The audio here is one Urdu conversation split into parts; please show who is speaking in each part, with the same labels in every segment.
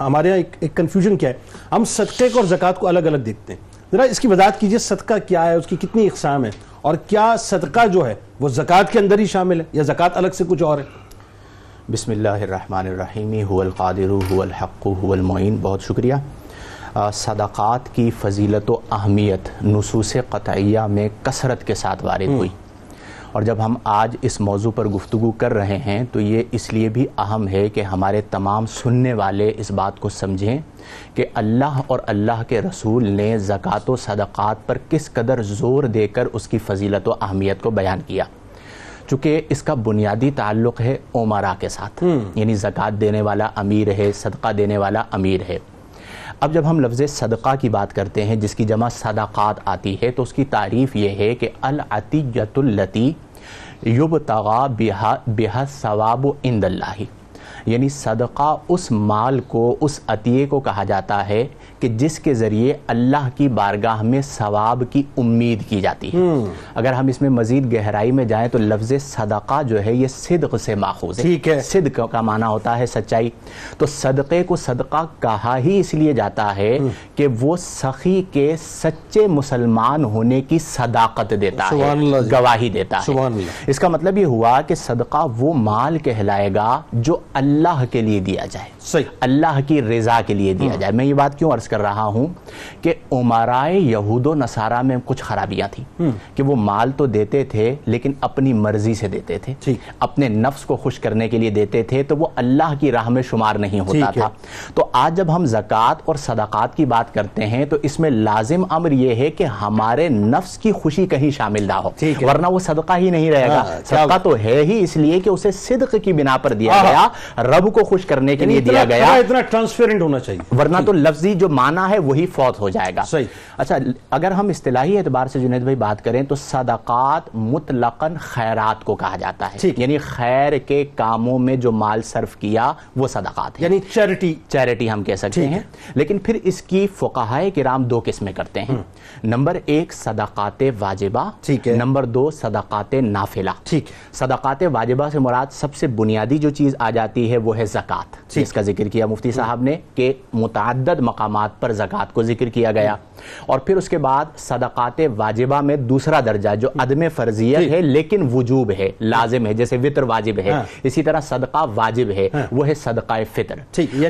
Speaker 1: ہمارے یہاں ایک کنفیوژن کیا ہے ہم صدقے کو اور زکوٰۃ کو الگ الگ دیکھتے ہیں ذرا اس کی وضاحت کیجیے صدقہ کیا ہے اس کی کتنی اقسام ہے اور کیا صدقہ جو ہے وہ زکوٰۃ کے اندر ہی شامل ہے یا زکوٰۃ الگ سے کچھ اور ہے
Speaker 2: بسم اللہ الرحمن الرحیم هو القادر هو الحق هو المعین بہت شکریہ آ، صدقات کی فضیلت و اہمیت نصوص قطعیہ میں کثرت کے ساتھ وارد ہوئی اور جب ہم آج اس موضوع پر گفتگو کر رہے ہیں تو یہ اس لیے بھی اہم ہے کہ ہمارے تمام سننے والے اس بات کو سمجھیں کہ اللہ اور اللہ کے رسول نے زکوٰۃ و صدقات پر کس قدر زور دے کر اس کی فضیلت و اہمیت کو بیان کیا چونکہ اس کا بنیادی تعلق ہے عمرہ کے ساتھ یعنی زکوٰۃ دینے والا امیر ہے صدقہ دینے والا امیر ہے اب جب ہم لفظ صدقہ کی بات کرتے ہیں جس کی جمع صدقات آتی ہے تو اس کی تعریف یہ ہے کہ العطیت اللتی یب تغا بہا بہا ثواب عند اللہ یعنی صدقہ اس مال کو اس عطیے کو کہا جاتا ہے کہ جس کے ذریعے اللہ کی بارگاہ میں ثواب کی امید کی جاتی ہے اگر ہم اس میں مزید گہرائی میں جائیں تو لفظ صدقہ جو ہے یہ صدق سے ماخوذ
Speaker 1: ٹھیک ہے۔
Speaker 2: صدق کا معنی ہوتا ہے سچائی تو صدقے کو صدقہ کہا ہی اس لیے جاتا ہے کہ وہ سخی کے سچے مسلمان ہونے کی صداقت دیتا
Speaker 1: سبحان اللہ
Speaker 2: ہے
Speaker 1: جی۔
Speaker 2: گواہی دیتا ہے
Speaker 1: سبحان اللہ
Speaker 2: اس کا مطلب یہ ہوا کہ صدقہ وہ مال کہلائے گا جو اللہ کے لیے دیا جائے
Speaker 1: صحیح
Speaker 2: اللہ کی رضا کے لیے دیا جائے میں یہ بات کیوں عرض کر رہا ہوں کہ عمرائے یہود و نصارہ میں کچھ خرابیاں تھیں کہ وہ مال تو دیتے تھے لیکن اپنی مرضی سے دیتے تھے اپنے نفس کو خوش کرنے کے لیے دیتے تھے تو وہ اللہ کی راہ میں شمار نہیں ہوتا تھا تو آج جب ہم زکوٰۃ اور صدقات کی بات کرتے ہیں تو اس میں لازم امر یہ ہے کہ ہمارے نفس کی خوشی کہیں شامل نہ ہو ورنہ وہ صدقہ ہی نہیں رہے گا صدقہ تو ہے ہی اس لیے کہ اسے صدق کی بنا پر دیا گیا رب کو خوش کرنے کے لیے دیا گیا
Speaker 1: یعنی اتنا ٹرانسپیرنٹ ہونا چاہیے
Speaker 2: ورنہ تو لفظی جو معنی ہے وہی فوت ہو جائے گا اچھا اگر ہم اصطلاحی اعتبار سے جنید بھائی بات کریں تو صدقات مطلقاً خیرات کو کہا جاتا ہے یعنی خیر کے کاموں میں جو مال صرف کیا وہ صدقات ہے
Speaker 1: یعنی چیریٹی
Speaker 2: چیریٹی ہم کہہ سکتے ہیں لیکن پھر اس کی فقہائے کرام دو قسمیں کرتے ہیں نمبر ایک صدقات واجبہ نمبر دو صدقات نافلہ صدقات واجبہ سے مراد سب سے بنیادی جو چیز آ جاتی ہے وہ ہے زکوٰۃ اس کا ذکر کیا مفتی صاحب نے کہ متعدد مقامات پر زکوٰۃ کو ذکر کیا گیا اور پھر اس کے بعد صدقات واجبہ میں دوسرا درجہ جو عدم فرضیت ہے لیکن وجوب ہے لازم ہے جیسے وطر واجب ہے
Speaker 1: ہاں۔
Speaker 2: اسی طرح صدقہ واجب ہے وہ ہے صدقہ فطر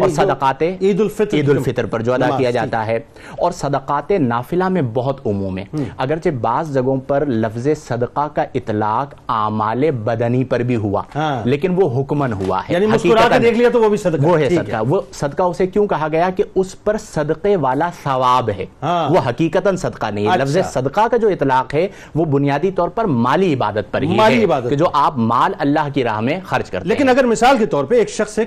Speaker 2: اور صدقات
Speaker 1: یعنی عید الفطر
Speaker 2: عید الفطر پر جو ادا کیا جاتا ہے اور صدقات نافلہ میں بہت عموم ہے اگرچہ بعض جگہوں پر لفظ صدقہ کا اطلاق اعمال بدنی پر بھی ہوا لیکن وہ حکمن ہوا ہے
Speaker 1: یعنی مسکرا کے دیکھ لیا تو وہ بھی
Speaker 2: وہ ہے
Speaker 1: صدقہ
Speaker 2: صدقہ وہ صدقہ اسے کیوں کہا گیا کہ اس پر صدقے والا ثواب ہے وہ حقیقتاً صدقہ نہیں ہے لفظ صدقہ کا جو اطلاق ہے وہ بنیادی طور پر مالی عبادت پر ہی ہے کہ جو آپ مال اللہ کی راہ میں خرچ کرتے ہیں
Speaker 1: لیکن اگر مثال کے طور پہ ایک شخص ہے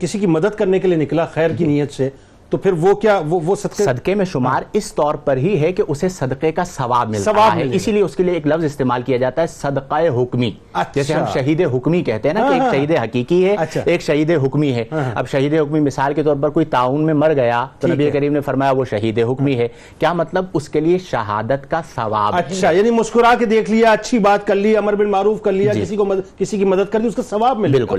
Speaker 1: کسی کی مدد کرنے کے لیے نکلا خیر کی نیت سے تو پھر وہ کیا وہ صدقہ
Speaker 2: صدقے میں شمار اس طور پر ہی ہے کہ اسے صدقے کا ہاں. ثواب ملتا ہے اسی لیے اس کے لیے ایک لفظ استعمال کیا جاتا ہے صدقہ حکمی جیسے ہم شہید حکمی کہتے ہیں نا کہ ایک شہید حقیقی ہے ایک شہید حکمی ہے اب شہید حکمی مثال کے طور پر کوئی تعاون میں مر گیا تو نبی کریم نے فرمایا وہ شہید حکمی ہے کیا مطلب اس کے لیے شہادت کا ثواب
Speaker 1: اچھا یعنی مسکرا کے دیکھ لیا اچھی بات کر لی امر بن معروف کر لیا کسی کو کسی کی مدد کر لی اس کا ثواب ملے
Speaker 2: بالکل